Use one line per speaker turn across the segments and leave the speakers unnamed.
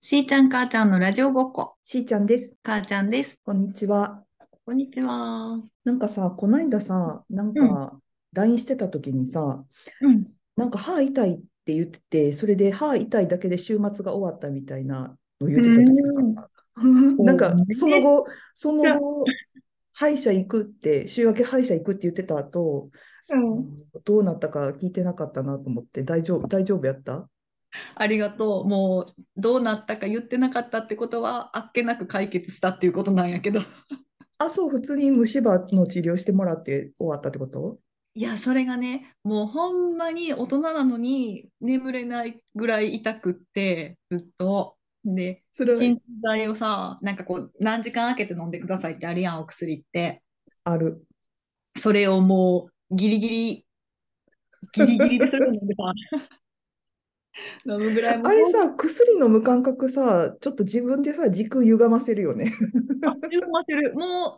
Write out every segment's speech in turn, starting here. しーちゃん、母ちゃんのラジオごっこ。
しーちゃんです。
母ちゃんです。
こんにちは。
こんにちは。
なんかさ、こないださ、なんか LINE してた時にさ、
うん。
なんか歯痛いって言ってて、それで歯痛いだけで週末が終わったみたいなの言ってた時なかった。
うん
なんか
そうね
その後、その後、歯医者行くって、週明け歯医者行くって言ってた後、どうなったか聞いてなかったなと思って、大丈夫、大丈夫やった
ありがとう。もう、どうなったか言ってなかったってことは、あっけなく解決したっていうことなんやけど。
あ、そう、普通に虫歯の治療してもらって終わったってこと
いや、それがね、もうほんまに大人なのに眠れないぐらい痛くって、ずっと。で、
それは
鎮痛剤をさ、なんかこう、何時間空けて飲んでくださいってあるやん、お薬って。
ある。
それをもうギリギリ、ギリギリでそれを飲んで さ、飲むぐらいもう
あれさ、薬飲む感覚さ、ちょっと自分でさ、軸歪ませるよね。
あ緩ませる。もう、もう、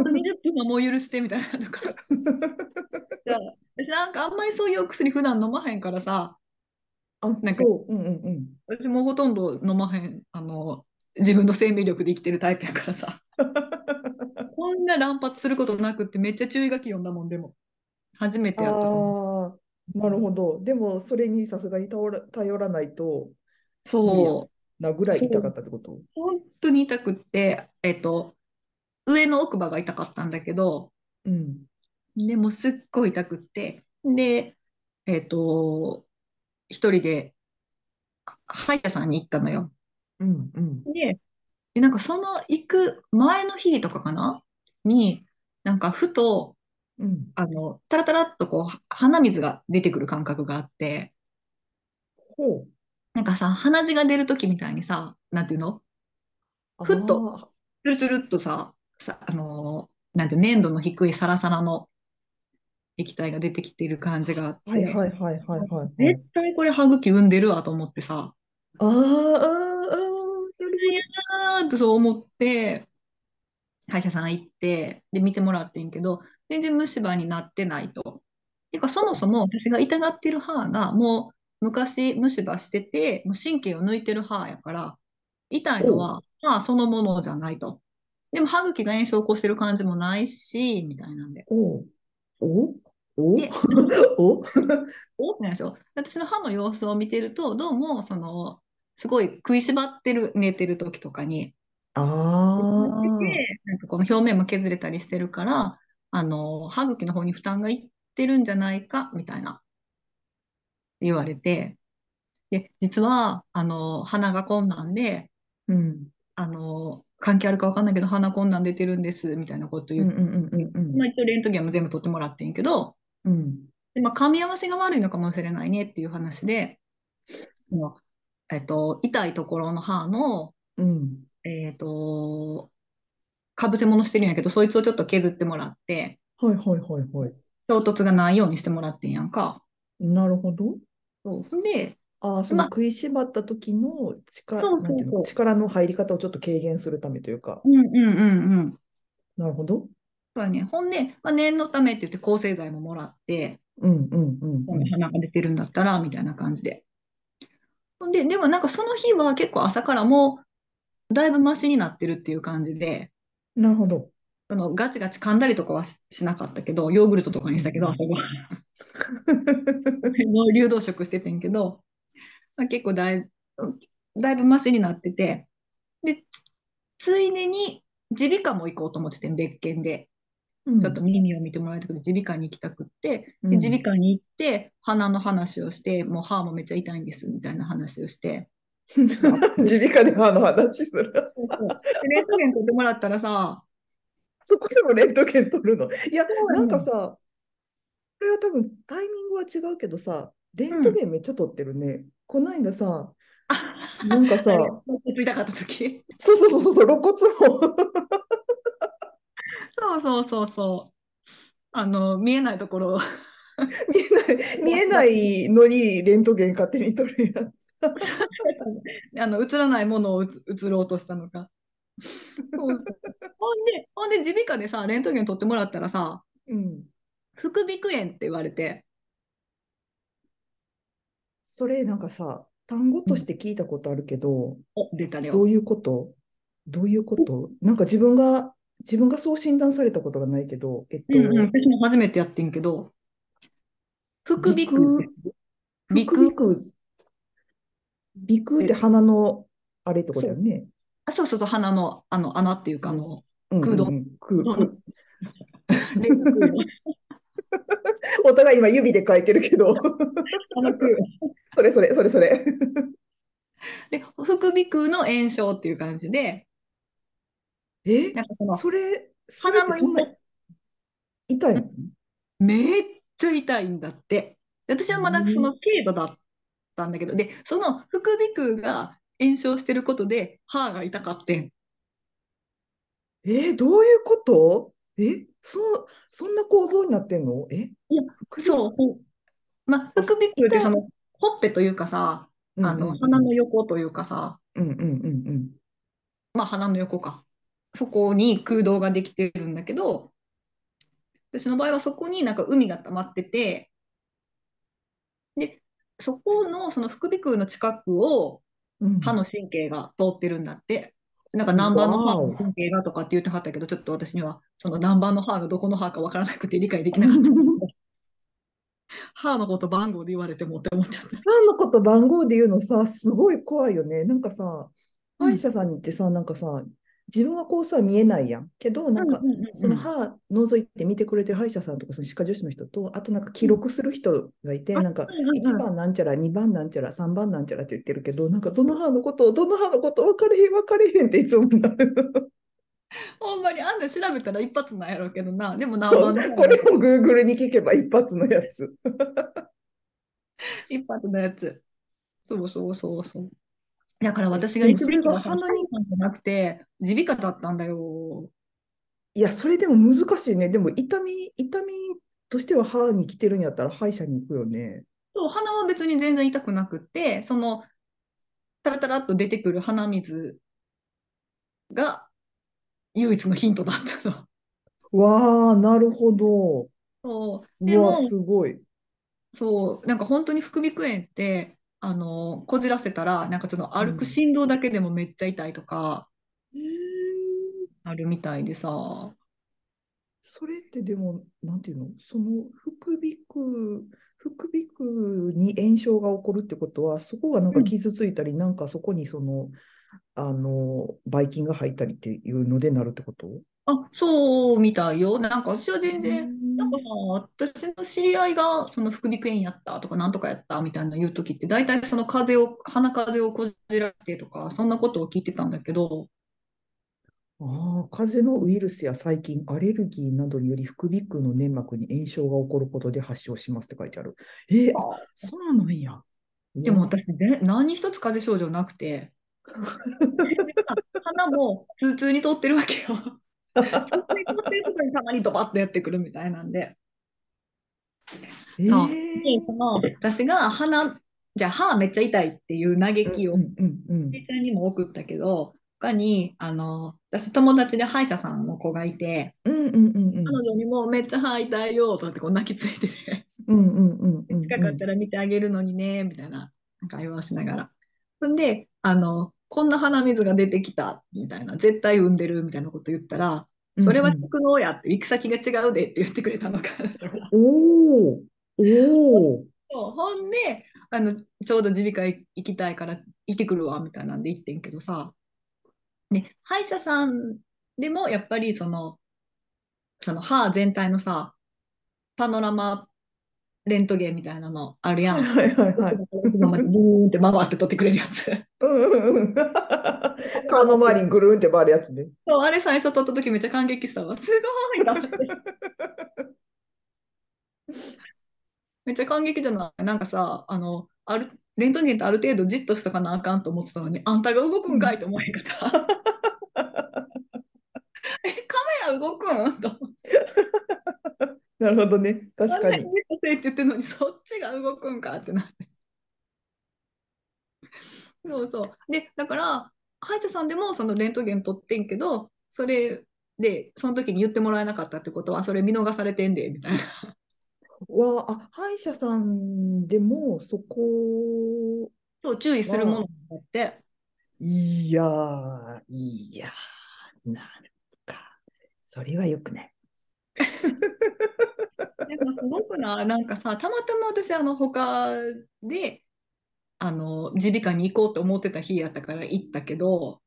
あと20分はもう許してみたいな とか。私なんかあんまりそういうお薬普段飲まへんからさ、
あ、
なんか
そう、うんうんうん。
私もほとんど飲まへん、あの、自分の生命力で生きてるタイプやから さ、こんな乱発することなくってめっちゃ注意書き読んだもん、でも。初めてやったその
ああ、なるほど。でも、それにさすがに頼ら、頼らないと
そう。
なぐらい痛かったってこと
本当に痛くって、えっと、上の奥歯が痛かったんだけど、
うん。
でもすっごい痛くって、で、えっと、一人であ歯医者さんに行ったのよ。
うんうん。
で、でなんかその行く前の日とかかなに、なんかふと、
うん。
あの、タラタラっとこう、は鼻水が出てくる感覚があって、
ほう。
なんかさ、鼻血が出るときみたいにさ、なんていうのふっと
あ
つるつるっとさ、さ、あのーなんて粘度の低いサラサラの液体が出てきている感じがあっ
ー。はい
て、
はいはいはいはいはい。
絶対これ歯茎産んでるわと思ってさ、
あーあー、あー
あーってそう思って、歯医者さん行って、で、見てもらってんけど、全然虫歯になってないと。てか、そもそも私が痛がってる歯が、もう昔虫歯してて、もう神経を抜いてる歯やから、痛いのは歯そのものじゃないと。でも歯茎が炎症を起こしてる感じもないし、みたいなんで。
おうおお
で
お
おなんでしょう私の歯の様子を見てると、どうも、その、すごい食いしばってる、寝てる時とかに、
ああ。
でなんかこの表面も削れたりしてるから、あの、歯茎の方に負担がいってるんじゃないか、みたいな、言われて、で、実は、あの、鼻がこんなんで、
うん。
あの、関係あるかわかんないけど、鼻こんなん出てるんです、みたいなこと
うん
言
う
っ
ん
て、
うんうんうん
まあ一応レントゲンも全部取ってもらってんけど、
うん。
でまあ、噛み合わせが悪いのかもしれないねっていう話で、あのえっと、痛いところの歯の、
うん。
えっと、かぶせ物してるんやけど、そいつをちょっと削ってもらって、
はいはいはいはい。
衝突がないようにしてもらってんやんか。
なるほど。
そうほんで、
ああ、その
まあ
食いしばった時の力、
そうそうそう
なんていうの力の入り方をちょっと軽減するためというか。
うんうんうんうん。
なるほど。
そうやね。ほんで、まあ、念のためって言って抗生剤ももらって、
うんうんうん
この鼻が出てるんだったら、みたいな感じで。ほんで、でもなんかその日は結構朝からもう、だいぶマシになってるっていう感じで、
うん。なるほど。
あのガチガチ噛んだりとかはし、しなかったけど、ヨーグルトとかにしたけど、朝ごはん。 もう流動食しててんけど、まあ、結構だい、だいぶマシになってて、で、ついでに耳鼻科も行こうと思っててん、別件で。
うん
ちょっと耳を見てもらいたくて、耳鼻科に行きたくって、
う
で
ん
耳鼻科に行って、鼻の話をして、もう歯もめっちゃ痛いんです、みたいな話をして。
耳鼻科で歯の話す る。
でレントゲン取ってもらったらさ、
そこでもレントゲン取るの。いや、
う
な
やね
んかさ、これは多分タイミングは違うけどさ、レントゲンめっちゃ取ってるね。こないださ、なんかさ、
痛かった時。
そうそうそうそう、露骨も。
そうそうそうそう。あの、見えないところを
見えない、 見えないのにレントゲン勝手に取るやん。
あの映らないものをうつ映ろうとしたのか。ほんで、ほんで耳鼻科でさ、レントゲン取ってもらったらさ、
うん。
副鼻腔炎って言われて、
それなんかさ、単語として聞いたことあるけど、
お、出たよ。
どういうことどういうことなんか自分が、自分がそう診断されたことがないけど、えっと、
うんうん、私も初めてやってんけど、副鼻腔って
鼻腔、鼻腔、鼻腔って鼻のあれってことだよね。
あ、そうそうそう、鼻の、あの、穴っていうか、あの、
うんうん
空洞
うん空
うん
空お互い今指で書いてるけど、
あの空
それそれそれそれ。
で、副鼻腔の炎症っていう感じで、
え
なんかその、
それ、それってそんな痛いの
めっちゃ痛いんだって。で私はまだ
うん
その軽度だったんだけど、で、その副鼻腔が炎症してることで、歯が痛かってん。
えーどういうことえそそんな構造になってんのえ
いや
副鼻
そう。まあ、副鼻腔ってその、ほっぺというかさ、
うん
あ
う
の、
ん
鼻の横というかさ、
うんうんうんうん。
まあ、鼻の横か。そこに空洞ができてるんだけど、私の場合はそこになんか海が溜まってて、で、そこのその副鼻腔の近くを
うん
歯の神経が通ってるんだって。なんか南蛮の歯の神経がとかって言ってはったけど、ちょっと私にはその南蛮の歯がどこの歯かわからなくて理解できなかった。歯のこと番号で言われてもって思っちゃっ た。
ファンのこと番号で言うのさ、すごい怖いよね。なんかさ、
うん
歯医者さんってさ、なんかさ、自分はこうさ、見えないやん。けど、なんか、その歯覗いて見てくれてる歯医者さんとか、その歯科助手の人と、あとなんか記録する人がいて、なんか、1番なんちゃら、2番なんちゃら、3番なんちゃらって言ってるけど、なんか、どの歯のこと、どの歯のこと、分かれへん、分かれへんっていつもなる。
ほんまにあんな調べたら一発なんやろうけどな。でも南
そ
蛮
う
の 歯
これも Google に聞けば一発のやつ。
一発のやつ。そうそうそうそう。だから私が
で
行
も
く
そ
べ
れ
き
が
はさ、
鼻に
歯医者さんじゃなくて、耳鼻科だったんだよ。
いや、それでも難しいね。でも痛み、痛みとしては歯に来てるんやったら歯医者に行くよね。
そう、鼻は別に全然痛くなくって、その、タラタラっと出てくる鼻水が唯一のヒントだったの。
わあ、なるほど。
そう。で
うわあ、
も、
すごい。
そう、なんか本当に副鼻腔炎って、あの、こじらせたら、なんかその歩
う
く
ん
振動だけでもめっちゃ痛いとか、あるみたいでさ。
それってでも、なんていうのその副鼻腔、副鼻腔に炎症が起こるってことは、そこがなん
う
か
ん
傷ついたり、なんかそこにその、あの、ばい菌が入ったりっていうのでなるってこと
あ、そうみたいよ。なんか私は全
う
然、
ん
なんかさ、私の知り合いが、その副鼻腔炎やったとか、なんとかやったみたいな言うときって、大体その風邪を、鼻風邪をこじらせてとか、そんなことを聞いてたんだけど、
ああ、風邪のウイルスや細菌、アレルギーなどにより副鼻腔の粘膜に炎症が起こることで発症しますって書いてある。えー、あ、そうなんや。
でも私、ね、何一つ風邪症状なくて、鼻も通通に通ってるわけよ。通通に通ってるとこにたまにドバッとやってくるみたいなんで。
え
そう
ー、
でその私が鼻、じゃあ歯めっちゃ痛いっていう嘆きを
うんうんうん
おじいちゃんにも送ったけど、他に、あの、私友達で歯医者さんの子がいて、
うんうんうんうん
彼女にもめっちゃ歯痛いよとかってこう泣きついてて、
うんうんうんうん
近かったら見てあげるのにね、みたいな会話をしながら。ほんで、あの、こんな鼻水が出てきた、みたいな、絶対産んでる、みたいなこと言ったら、それは
うんうん
蓄能やって、行き先が違うでって言ってくれたのか。
おーおー
そうほんで、あの、ちょうど耳鼻科行きたいから行ってくるわ、みたいなんで行ってんけどさ、ね、歯医者さんでもやっぱりその、その歯全体のさ、パノラマレントゲンみたいなのあるや
は い
ん。
はいはいはい。
今までブーンって回って撮ってくれるやつ。
うんうんうん顔の周りにぐるんって回るやつね。
そう、あれ最初撮った時めっちゃ感激したわ。すごいと思って。めっちゃ感激じゃないなんかさ、あの、ある、レントゲンってある程度じっとしとかなあかんと思ってたのに、あんたが動くんかいと思わへんかった。 え、カメラ動くんと思って。
なるほどね。確か
あんな
に。
にじっとせえって言ってるのに、そっちが動くんかってなって。そうそう。で、だから、歯医者さんでもそのレントゲン取ってんけど、それで、その時に言ってもらえなかったってことは、それ見逃されてんで、みたいな。
わあ、あ歯医者さんでもそこ
と注意するものだって。
いやー、いやー、なるか。それはよくない。
でもすごくな、なんかさ、たまたま私、あの、他で、あの、耳鼻科に行こうと思ってた日やったから行ったけど、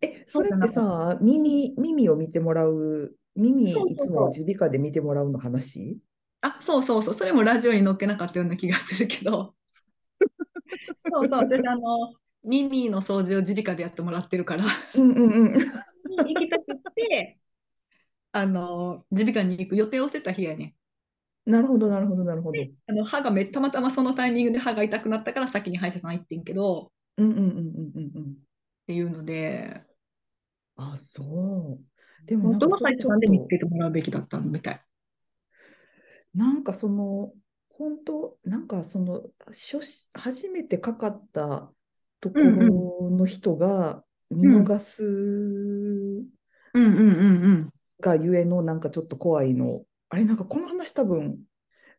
え、
そ
そうれ
じゃ
っ
な
て
かった
さ、耳、耳を見てもらう、耳
そうそう
いつも耳鼻科で見てもらうの話
あ、そうそうそう、それもラジオに載っけなかったような気がするけど、そうそう、私、あの、耳の掃除を耳鼻科でやってもらってるから、
うんうんうん。
行きたくって、あの、耳鼻科に行く予定をしてた日やねん。
なるほど、なるほど、なるほど。
あの、歯がめ、たまたまそのタイミングで歯が痛くなったから先に歯医者さん行ってんけど、っ
うんうんうんうんうんうん。
ていうので、
あ、そう。でも
本
なん
当
か
は歯
それ
医者
ちょ
さ
っ
んで見つ
と、
けてもらうべきだったみたい。
なんかその、本当、なんかその、初し初めてかかったところの人が見逃
うんうん
す
うんうん。
がゆえのなんかちょっと怖いの。あれ、なんかこの話多分、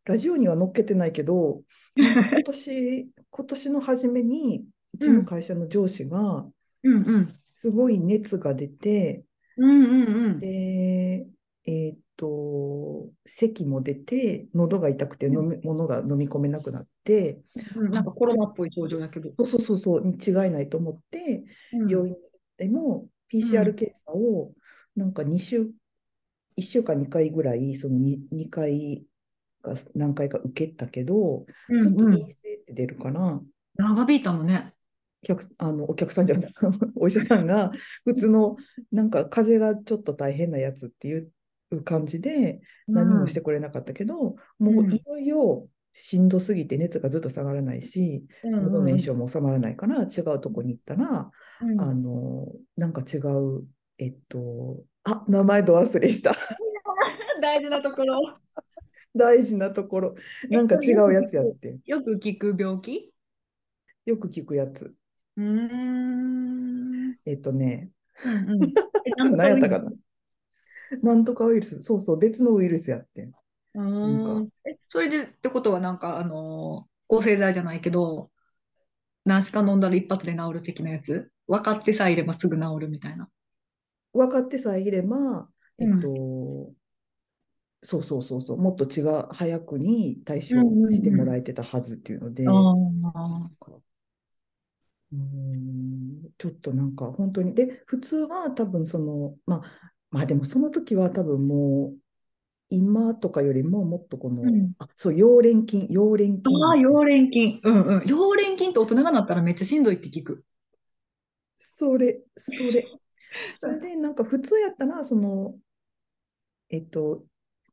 ラジオには載っけてないけど、なんか今年、今年の初めに、うちの会社の上司が、
うんうん。
すごい熱が出て、
うんうんうん。
で、えーっと、咳も出て、喉が痛くて飲み、物が飲み込めなくなって、
うんなんかコロナっぽい症状だけど。
そうそうそうそう、に違いないと思って、
うん
病院でも PCR 検査をなんか2週、1週間2回ぐらい、その 2, 2回か何回か受けたけど、
うん
ずっと
うん
陰性って出るから、
長引いたのね。
お客あのお客さんじゃない お医者さんが普通のなんか風邪がちょっと大変なやつっていう感じで何もしてくれなかったけど、もううんいよいよしんどすぎて熱がずっと下がらないし、
うん
喉
うん
の
うん
炎症も治まらないから違うとこに行ったら、
うん
あのなんか違うえっとあ名前ど忘れした
大事なところ。
大事なところなんか違うやつやって
よく聞く病気
よく聞くやつ
うー ん。
えっとね
うんうんえなん
何やった
か
かななんとかウイルス、そうそう、別のウイルスやってん。
うーんえそれでってことは、なんか、あのー抗生剤じゃないけど、何しか飲んだら一発で治る的なやつ分かってさえいればすぐ治るみたいな。
分かってさえいれば、え
うん
っと、そうそうそうそう、もっと違う、早くに対処
うんうんうん
してもらえてたはずっていうので、
あ
うーんちょっとなんか本当に、で、普通は多分その、まあ、まあでもその時は多分もう、今とかよりももっとこの、
うん
あ、そう、溶連菌、溶連菌。
あー、溶連菌。うんうん。溶連菌って大人がなったらめっちゃしんどいって聞く。
それ、 それ。それで、なんか普通やったら、その、えっと、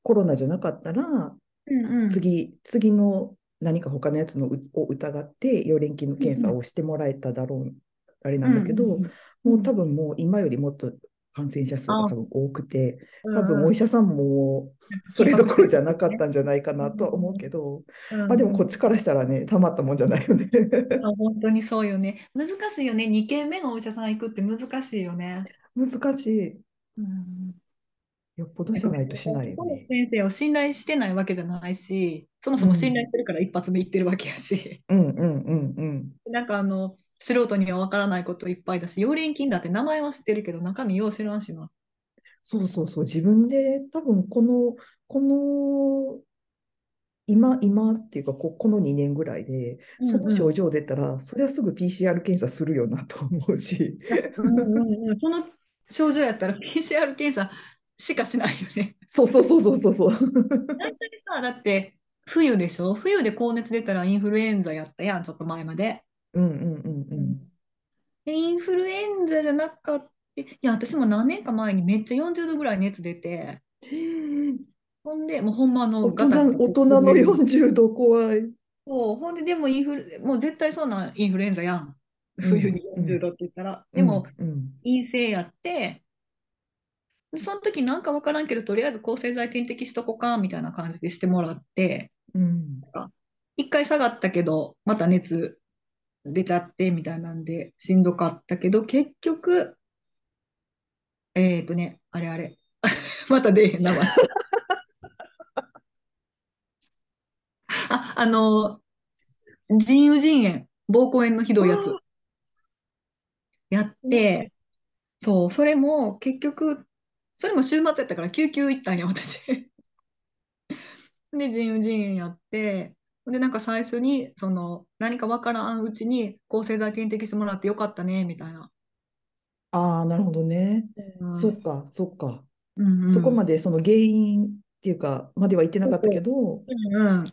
コロナじゃなかったら、
うんう
次、次の何か他のやつのうを疑って、溶連菌の検査をしてもらえただろう、あれなんだけど、
うんうんうん
もう多分もう今よりもっと感染者数が多分多くて、
うん
多分お医者さんもそれどころじゃなかったんじゃないかなとは思うけど、まあでもこっちからしたらね、たまったもんじゃないよね。
あ本当にそうよね。難しいよね。2軒目のお医者さん行くって難しいよね。
難しい。
うん、
よっぽどじゃないとしないよね。
先生を信頼してないわけじゃないし、そもそも信頼してるから一発目行ってるわけやし、
うんうんうんうん。
なんかあの、素人には分からないこといっぱいだし、溶連菌だって名前は知ってるけど、中身よう知らんしな。
そうそうそう。自分で多分この、この、今、今っていうかこ、この2年ぐらいで、その症状出たら、そりゃすぐ PCR 検査するよなと思うし、
うんうん うん、その症状やったら PCR 検査しかしないよね。
そうそうそうそうそうそう。
大体さ、だって冬でしょ冬で高熱出たらインフルエンザやったやん、ちょっと前まで。
うんうんうんうん。
でインフルエンザじゃなかった。いや、私も何年か前にめっちゃ40度ぐらい熱出て、ほんで、もうほんまあの
大人、
ガタガタ
大人の40度怖い。
そう、ほんで、でもインフル、もう絶対そんなんインフルエンザやん。冬に40度って言ったら。でも、
うん、うん
陰性やって、でその時なんかわからんけど、とりあえず抗生剤点滴しとこか、みたいな感じでしてもらって、
うん
一回下がったけど、また熱出ちゃってみたいなんで、しんどかったけど、結局、えーとね、あれあれ、 また出えへん名前。あ、あの、腎盂腎炎、膀胱炎のひどいやつやって、そう、それも結局、それも週末やったから救急行ったんや、私。 で、腎盂腎炎やって、で、なんか最初に、その、何かわからんうちに抗生剤検滴してもらってよかったね、みたいな。
ああ、なるほどね。
うん
そっか、そっか。
うんうん
そこまでその原因っていうか、までは言ってなかったけど、
うんうん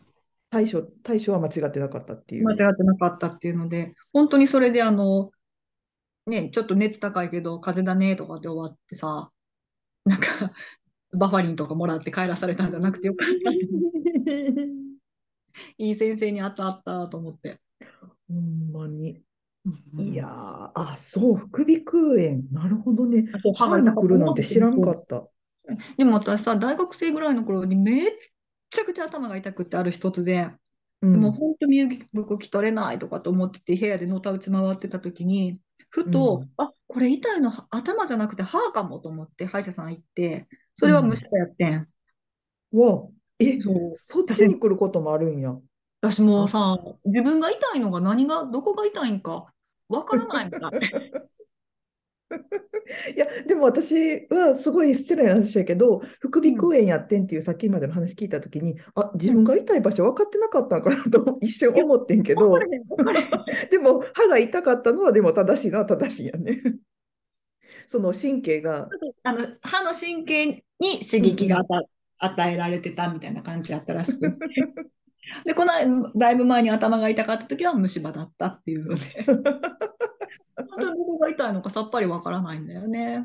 対処、対処は間違ってなかったっていう。
間違ってなかったっていうので、本当にそれであの、ね、ちょっと熱高いけど、風邪だねとかで終わってさ、なんか、 バファリンとかもらって帰らされたんじゃなくてよかった。いい先生にあったあったと思って。
ほんまに。いやー、あ、そう、副鼻腔炎。なるほどね。
あと
歯に来るなんて知らんかった。
でも私さ、大学生ぐらいの頃にめっちゃくちゃ頭が痛くってある日突然。
うん。
もう本当身動き取れないとかと思ってて部屋でのたうち回ってた時にふと、
うん
あこれ痛いの頭じゃなくて歯かもと思って歯医者さん行ってそれは虫歯やってん、
わあ、え、
そう
そっちに来ることもあるんや。
私もうさ自分が痛いのが何がどこが痛いんかわからないみ たい
いや、でも私はすごい失礼な話やけど、副鼻腔炎やってんっていうさっきまでの話聞いたときに、あ、自分が痛い場所分かってなかったのかなと 一瞬思ってんけど、でも歯が痛かったのはでも正しいのは正しいやね。その神経が、
あの歯の神経に刺激が与与えられてたみたいな感じだったらしく でこの間だいぶ前に頭が痛かった時は虫歯だったっていうので本当にどこが痛いのかさっぱりわからないんだよね。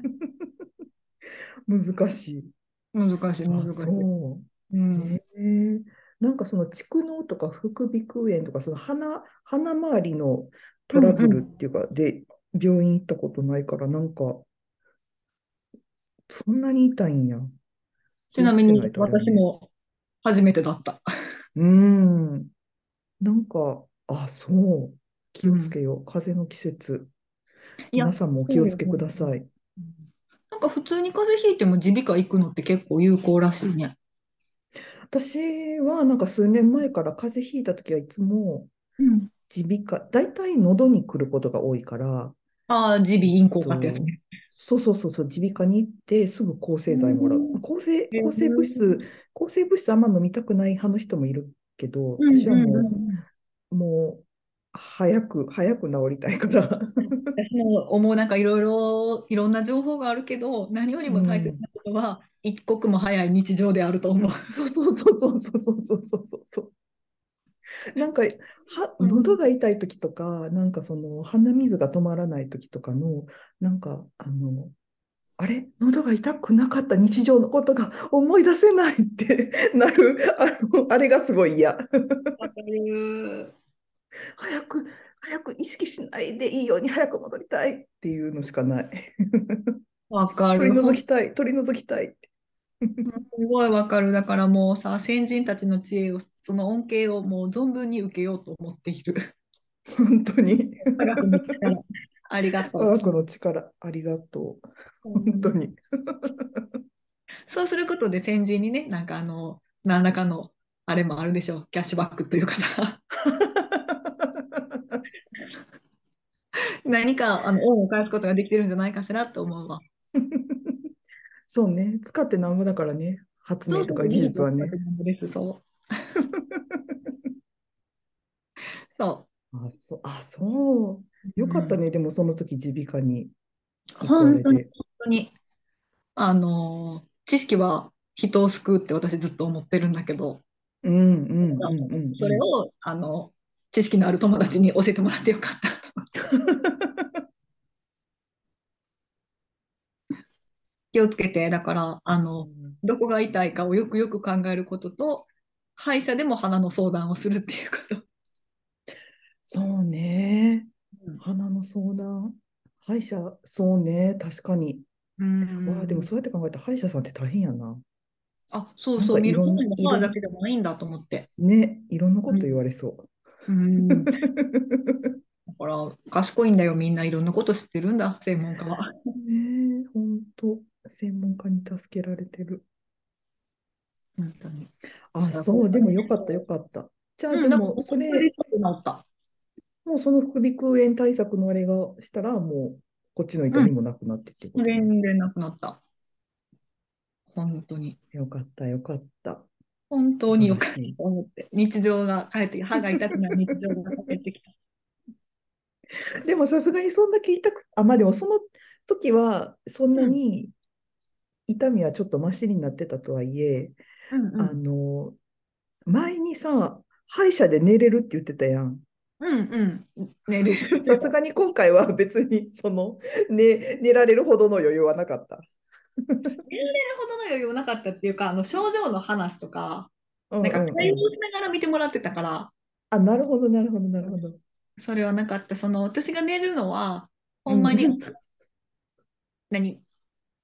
難しい。
難しい、
あ、
難しい。
そうう。
ん。
へえ。なんかその蓄膿とか副鼻腔炎とか、その鼻、鼻周りのトラブルっていうか、で、病院行ったことないから、なんか、そんなに痛いんや。
ちなみ
気を
に
つけないとあれやね
私。も初めてだった。
うん。なんか、あ、そう。気をつけよう。風邪の季節。
いや
皆さんもお気をつけください。
なんか普通に風邪ひいても耳鼻科行くのって結構有効らしいね。
私は、なんか数年前から風邪ひいた時はいつも、
うん。
耳鼻科、大体喉に来ることが多いから、
ああ、耳鼻咽喉科ってやつね。
そうそうそうそう、耳鼻科に行ってすぐ抗生剤もらう。
うん
抗生、
へえ
抗生物質、抗生物質あんま飲みたくない派の人もいるけど、
うん
私はも
う
う、
んうん
もう早く、早く治りたいから。
私も思うなんかいろいろいろんな情報があるけど何よりも大切なことは一刻も早い日常であると思う。
そうそうそうそうそうそうそうそうそう。なんか、は、
うん
喉が痛い時とか、なんかその鼻水が止まらない時とかの、なんか、あの、あれ、喉が痛くなかった日常のことが思い出せないって なる、あの、あれがすごい嫌。早く、早く意識しないでいいように早く戻りたいっていうのしかない。
わか
取
る。
り除きたい、取り除きたいって。
すごいわかる。だからもうさ、先人たちの知恵を、その恩恵をもう存分に受けようと思ってい る。
本当に。
科学の力ありがと
我
う
が。子の力、ありがとう。 本当に。
そうすることで先人にね、なんかあの、何らかのあれもあるでしょう、キャッシュバックというかさ、何かあの恩を返すことができてるんじゃないかしらと思うわ。
そうね、使ってなんぼだからね、発明とか技術はね。
です そう。そ
あ、そう、あ、そう。
う。
よかった
うん。
ね、でもその時耳鼻科に行くあ
本
れ
当に、
で。
本当に、あの、知識は人を救うって私ずっと思ってるんだけど。
うんうんうんうんうん。
それを、あの、知識のある友達に教えてもらってよか った。気をつけて、だから、あの、どこが痛いかをよくよく考えることと、歯医者でも鼻の相談をするっていうこと。
そうね
うん。
鼻の相談。歯医者、そうね、確かに。わあ、でもそうやって考えたら歯医者さんって大変やな。
あ、そうそう、
なんか
見
い
る
ろん
ものも
いろ
歯だけじゃないんだと思って。
ね、いろんなこと言われそう。
だから、賢いんだよ、みんないろんなこと知ってるんだ、専門家 は。
ねえ、ほんと、専門家に助けられてる。
本当に。
あ、
だから
そう、
本当
でも
に
よかった、よかった。じゃあ、
う
で
ん、だから
も、そ
本当
れ、
に良くなった。
もうその副鼻腔炎対策のあれがしたら、もうこっちの痛みもなくなってっていうことね、
全然なくなった。本当に。
よかった、よかった。
本当によかった
嬉しい
と思って。日常が帰ってきた。歯が痛くなる日常が帰ってき た。
でもさすがにそんだけ痛く、あ、まあでもその時はそんなに痛みはちょっとマシになってたとはいえ、
うんう
あ
ん。
の、前にさ、歯医者で寝れるって言ってたやん。
うんうん。寝れる。
さすがに今回は別にその、ね、寝られるほどの余裕はなかった。
ほどの余裕もなかったっていうか、あの症状の話とか、
うん
なんか
うんうん
対応しながら見てもらってたから、
あ、なるほど、なるほど、なるほど。
それはなかった。その私が寝るのは、ほんまに、
うん
何、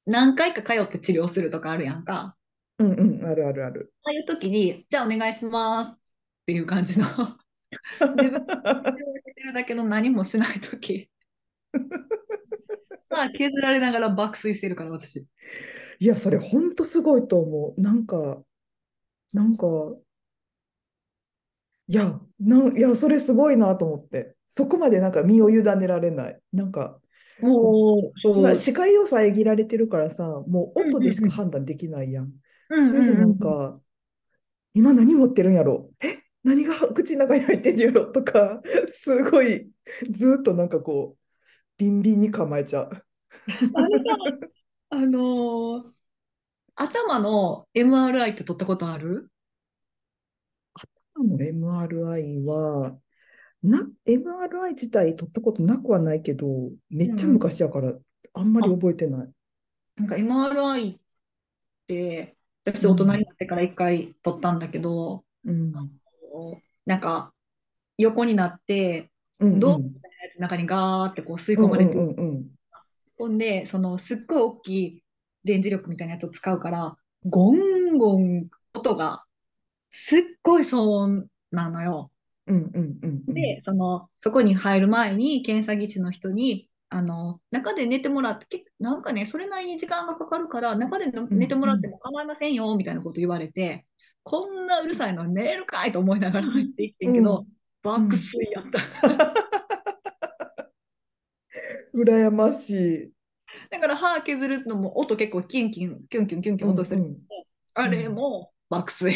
何回か通って治療するとかあるやんか。
うんうん、あるあるある。
ああいう時に、じゃあお願いしますっていう感じの、 自分てるだけの何もしない 時。まあ削られながら爆睡してるから私。
いや、それほんとすごいと思う。なんか、なんか、いや、なん、いや、それすごいなと思って。そこまでなんか身を委ねられない。なんか、
もう、
今視界を遮られてるからさ、もう音でし
うん
か
うんうん
判断できないやん。
うん
それでなん
うんうん
か、今何持ってるんやろえ何が口の中に入ってんやろとか、すごい、ずっとなんかこう、ビンビンに構えちゃう。
あのー頭の MRI って取ったことある
の MRI は、な、MRI 自体取ったことなくはないけど、めっちゃ昔やから、あんまり覚えてない。
なんか MRI って私大人になってから一回取ったんだけど、
うん。
なんか横になって
うんうん
どうやつの中にガーってこう吸い
うん
込まれて、
うんうん
ほんでそのすっごい大きい電磁力みたいなやつを使うからゴンゴン音がすっごい騒音なのよ。
うんうんうんうん
で、その、そこに入る前に、検査技師の人に、あの、中で寝てもらって、けなんかね、それなりに時間がかかるから、中での
ん
寝てもらっても構いませんよ、みたいなこと言われて、こんなうるさいの寝れるかいと思いながら入っていってんけど、爆睡やった。
羨ましい。
だから歯削るのも音結構キンキン、キュンキュンキュンキュン音す
う
る。
んうん
あれも爆睡。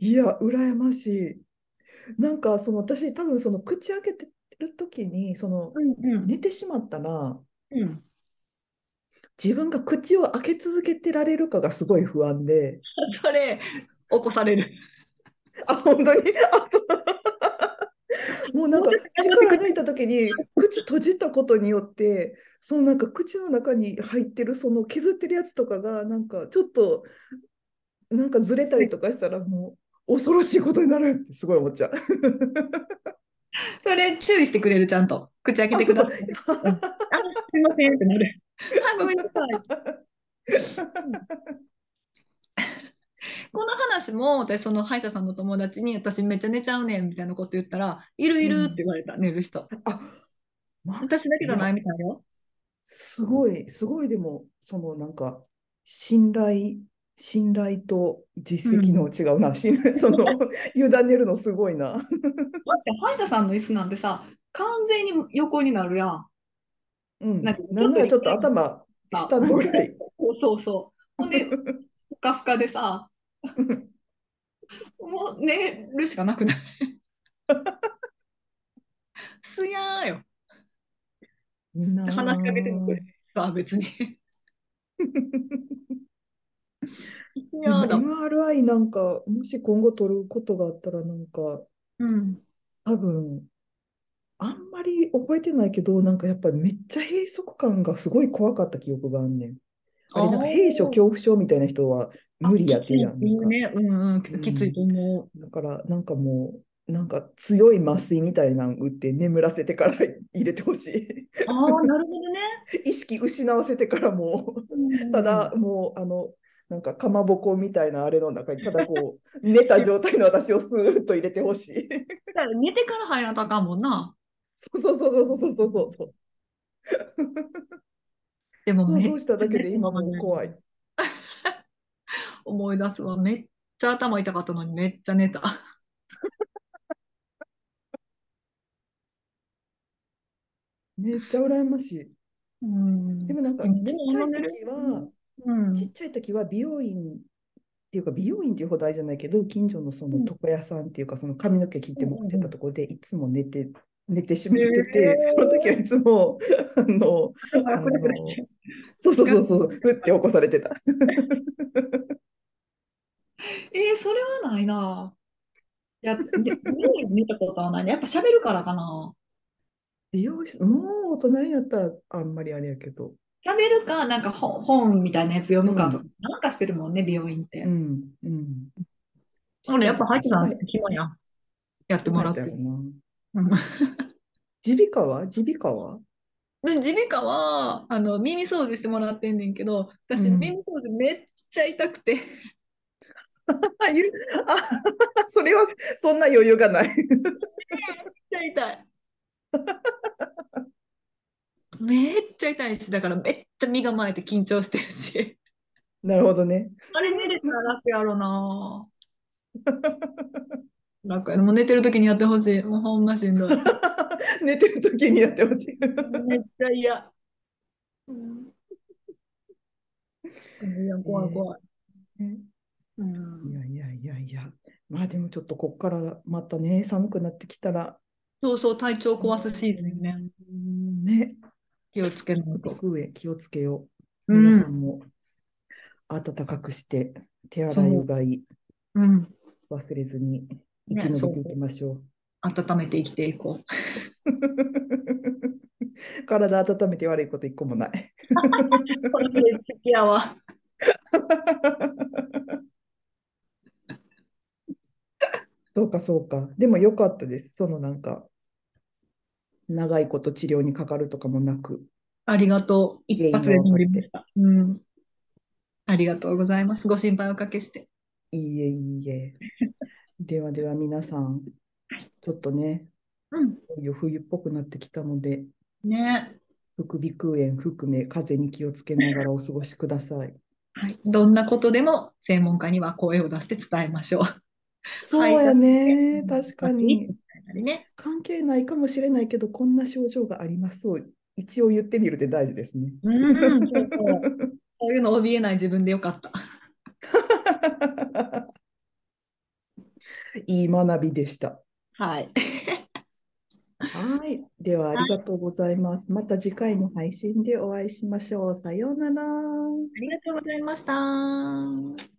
いや、羨ましい。なんか、その私、多分その口開けてる時に、その、
うん
寝てしまったら、
うん。
自分が口を開け続けてられるかがすごい不安で、
それ、起こされる。
あ、本当にあ そうもうなんか力抜いた時に口閉じたことによってそのなんか口の中に入ってるその削ってるやつとかがなんかちょっとなんかずれたりとかしたらもう恐ろしいことになるってすごい思っちゃう。
それ、注意してくれる、ちゃんと。口開けてください。あ、すいませんってなる。あ、ごめんなさい。この話も、私、その歯医者さんの友達に、私めっちゃ寝ちゃうねんみたいなこと言ったら、いるいるって言われた、寝る人。
あ、ま
私だけじゃないみたい よ。
すごい、すごいでも、そのなんか、信頼、信頼と実績の違うな、 信 頼、その、委ねるのすごいな。
待って、歯医者さんの椅子なんてさ、完全に横になるやん。
うん、
なんか
なんならちょっと頭、下のぐらい。
そうそうそう。ほん で、ふかふかでさ、もう寝るしかなくない すやーよ。
いいなぁ
話しかけてもくれさあ、別に。すやーだもん。
MRI なんか、もし今後取ることがあったら、なんか、
うん。
多分、あんまり覚えてないけど、なんかやっぱめっちゃ閉塞感がすごい怖かった記憶があんねん。あれ、なんか閉所恐怖症みたいな人は無理やってるやん。
きついって
なん
言
か
うね、うんうん、きついと思
だから、なんかもう、なんか強い麻酔みたいなの打って眠らせてから入れてほし
う。ああ、なるほどね。
い。意識失わせてからも う、ただ、もう、あの、なんかかまぼこみたいなあれの中に、ただこう、寝た状態の私をスーッと入れてほしい。
だから寝てから入らなあかんもんな。
そうそうそうそうそうそうそうそう。
でも
想
めっ
像しただけで今もう怖い。
思い出すわ。めっちゃ頭痛かったのにめっちゃ寝た。
めっちゃ羨ましい。
うん
でもなんか、ち
う
っ
ん
ちゃい時は、
うん
ちっちゃい時は美容院っていうか、美容院っていうほどあれじゃないけど、近所のその
うん
床屋さんっていうか、その髪の毛切って持ってたところで、いつも寝て、寝てしまってて、
へー
その時はいつも、あの、
だからこれぐらいちゃう
そうそうそうそう、ふって起こされてた。
えーそれはないな。いや、で、見たことはないね。やっぱ喋るからかな。
美容室、もう大人になったらあんまりあれやけど。
喋るか、なんか本、本みたいなやつ読むかとか、なんかしてるもんね、美容院って。
うん、うん。
ほら、やっぱ入ってた
はい
暇やん。やってもらって
そうや
る
った。よな
うん
耳鼻科は耳鼻科は
で、耳鼻科は、あの、耳掃除してもらってんねんけど、私、
うん
耳掃除めっちゃ痛くて、
あ、ゆあ、それはそんな余裕がない。
めっちゃ痛 い。めっちゃ痛いし、だからめっちゃ身構えて緊張してるし。
なるほどね。
あれ寝れたら楽やろ な。楽や。もう寝てる時にやってほしい。もうほんましんどい。
寝てる時にやってほしい。
めっちゃ嫌。うん。いや、怖い怖い。 うん
いやいやいやいや。まあでもちょっとこっからまたね、寒くなってきたら。
そうそう、体調壊すシーズンよね。
うんね。
気をつけないと。
服へ気をつけよう。
うん
皆さんも暖かくして、手洗いうがい
うん。
忘れずに
ね
生き
そ
延
う
びていきましょう。
温めて生きていこう。
体温めて悪いこと一個もない。
これで付き合わ。
そうかそうか。でも良かったです。そのなんか、長いこと治療にかかるとかもなく。
ありがとう。一発で乗りました。うん。ありがとうございます。ご心配おかけして。
いいえいいえ。ではでは皆さん、ちょっとね、
うん。
いよいよ冬っぽくなってきたので、
ね。
副鼻腔炎含め、風邪に気をつけながらお過ごしください。
はい。どんなことでも専門家には声を出して伝えましょう。
そうやね、確かに。
ね。
関係ないかもしれないけど、こんな症状がありますを一応言ってみるって大事ですね。
うん。そうそう そういうの怯えない自分でよかった。
いい学びでした。
はい。
はい。では、ありがとうございます。また次回の配信でお会いしましょう。さようなら。
ありがとうございました。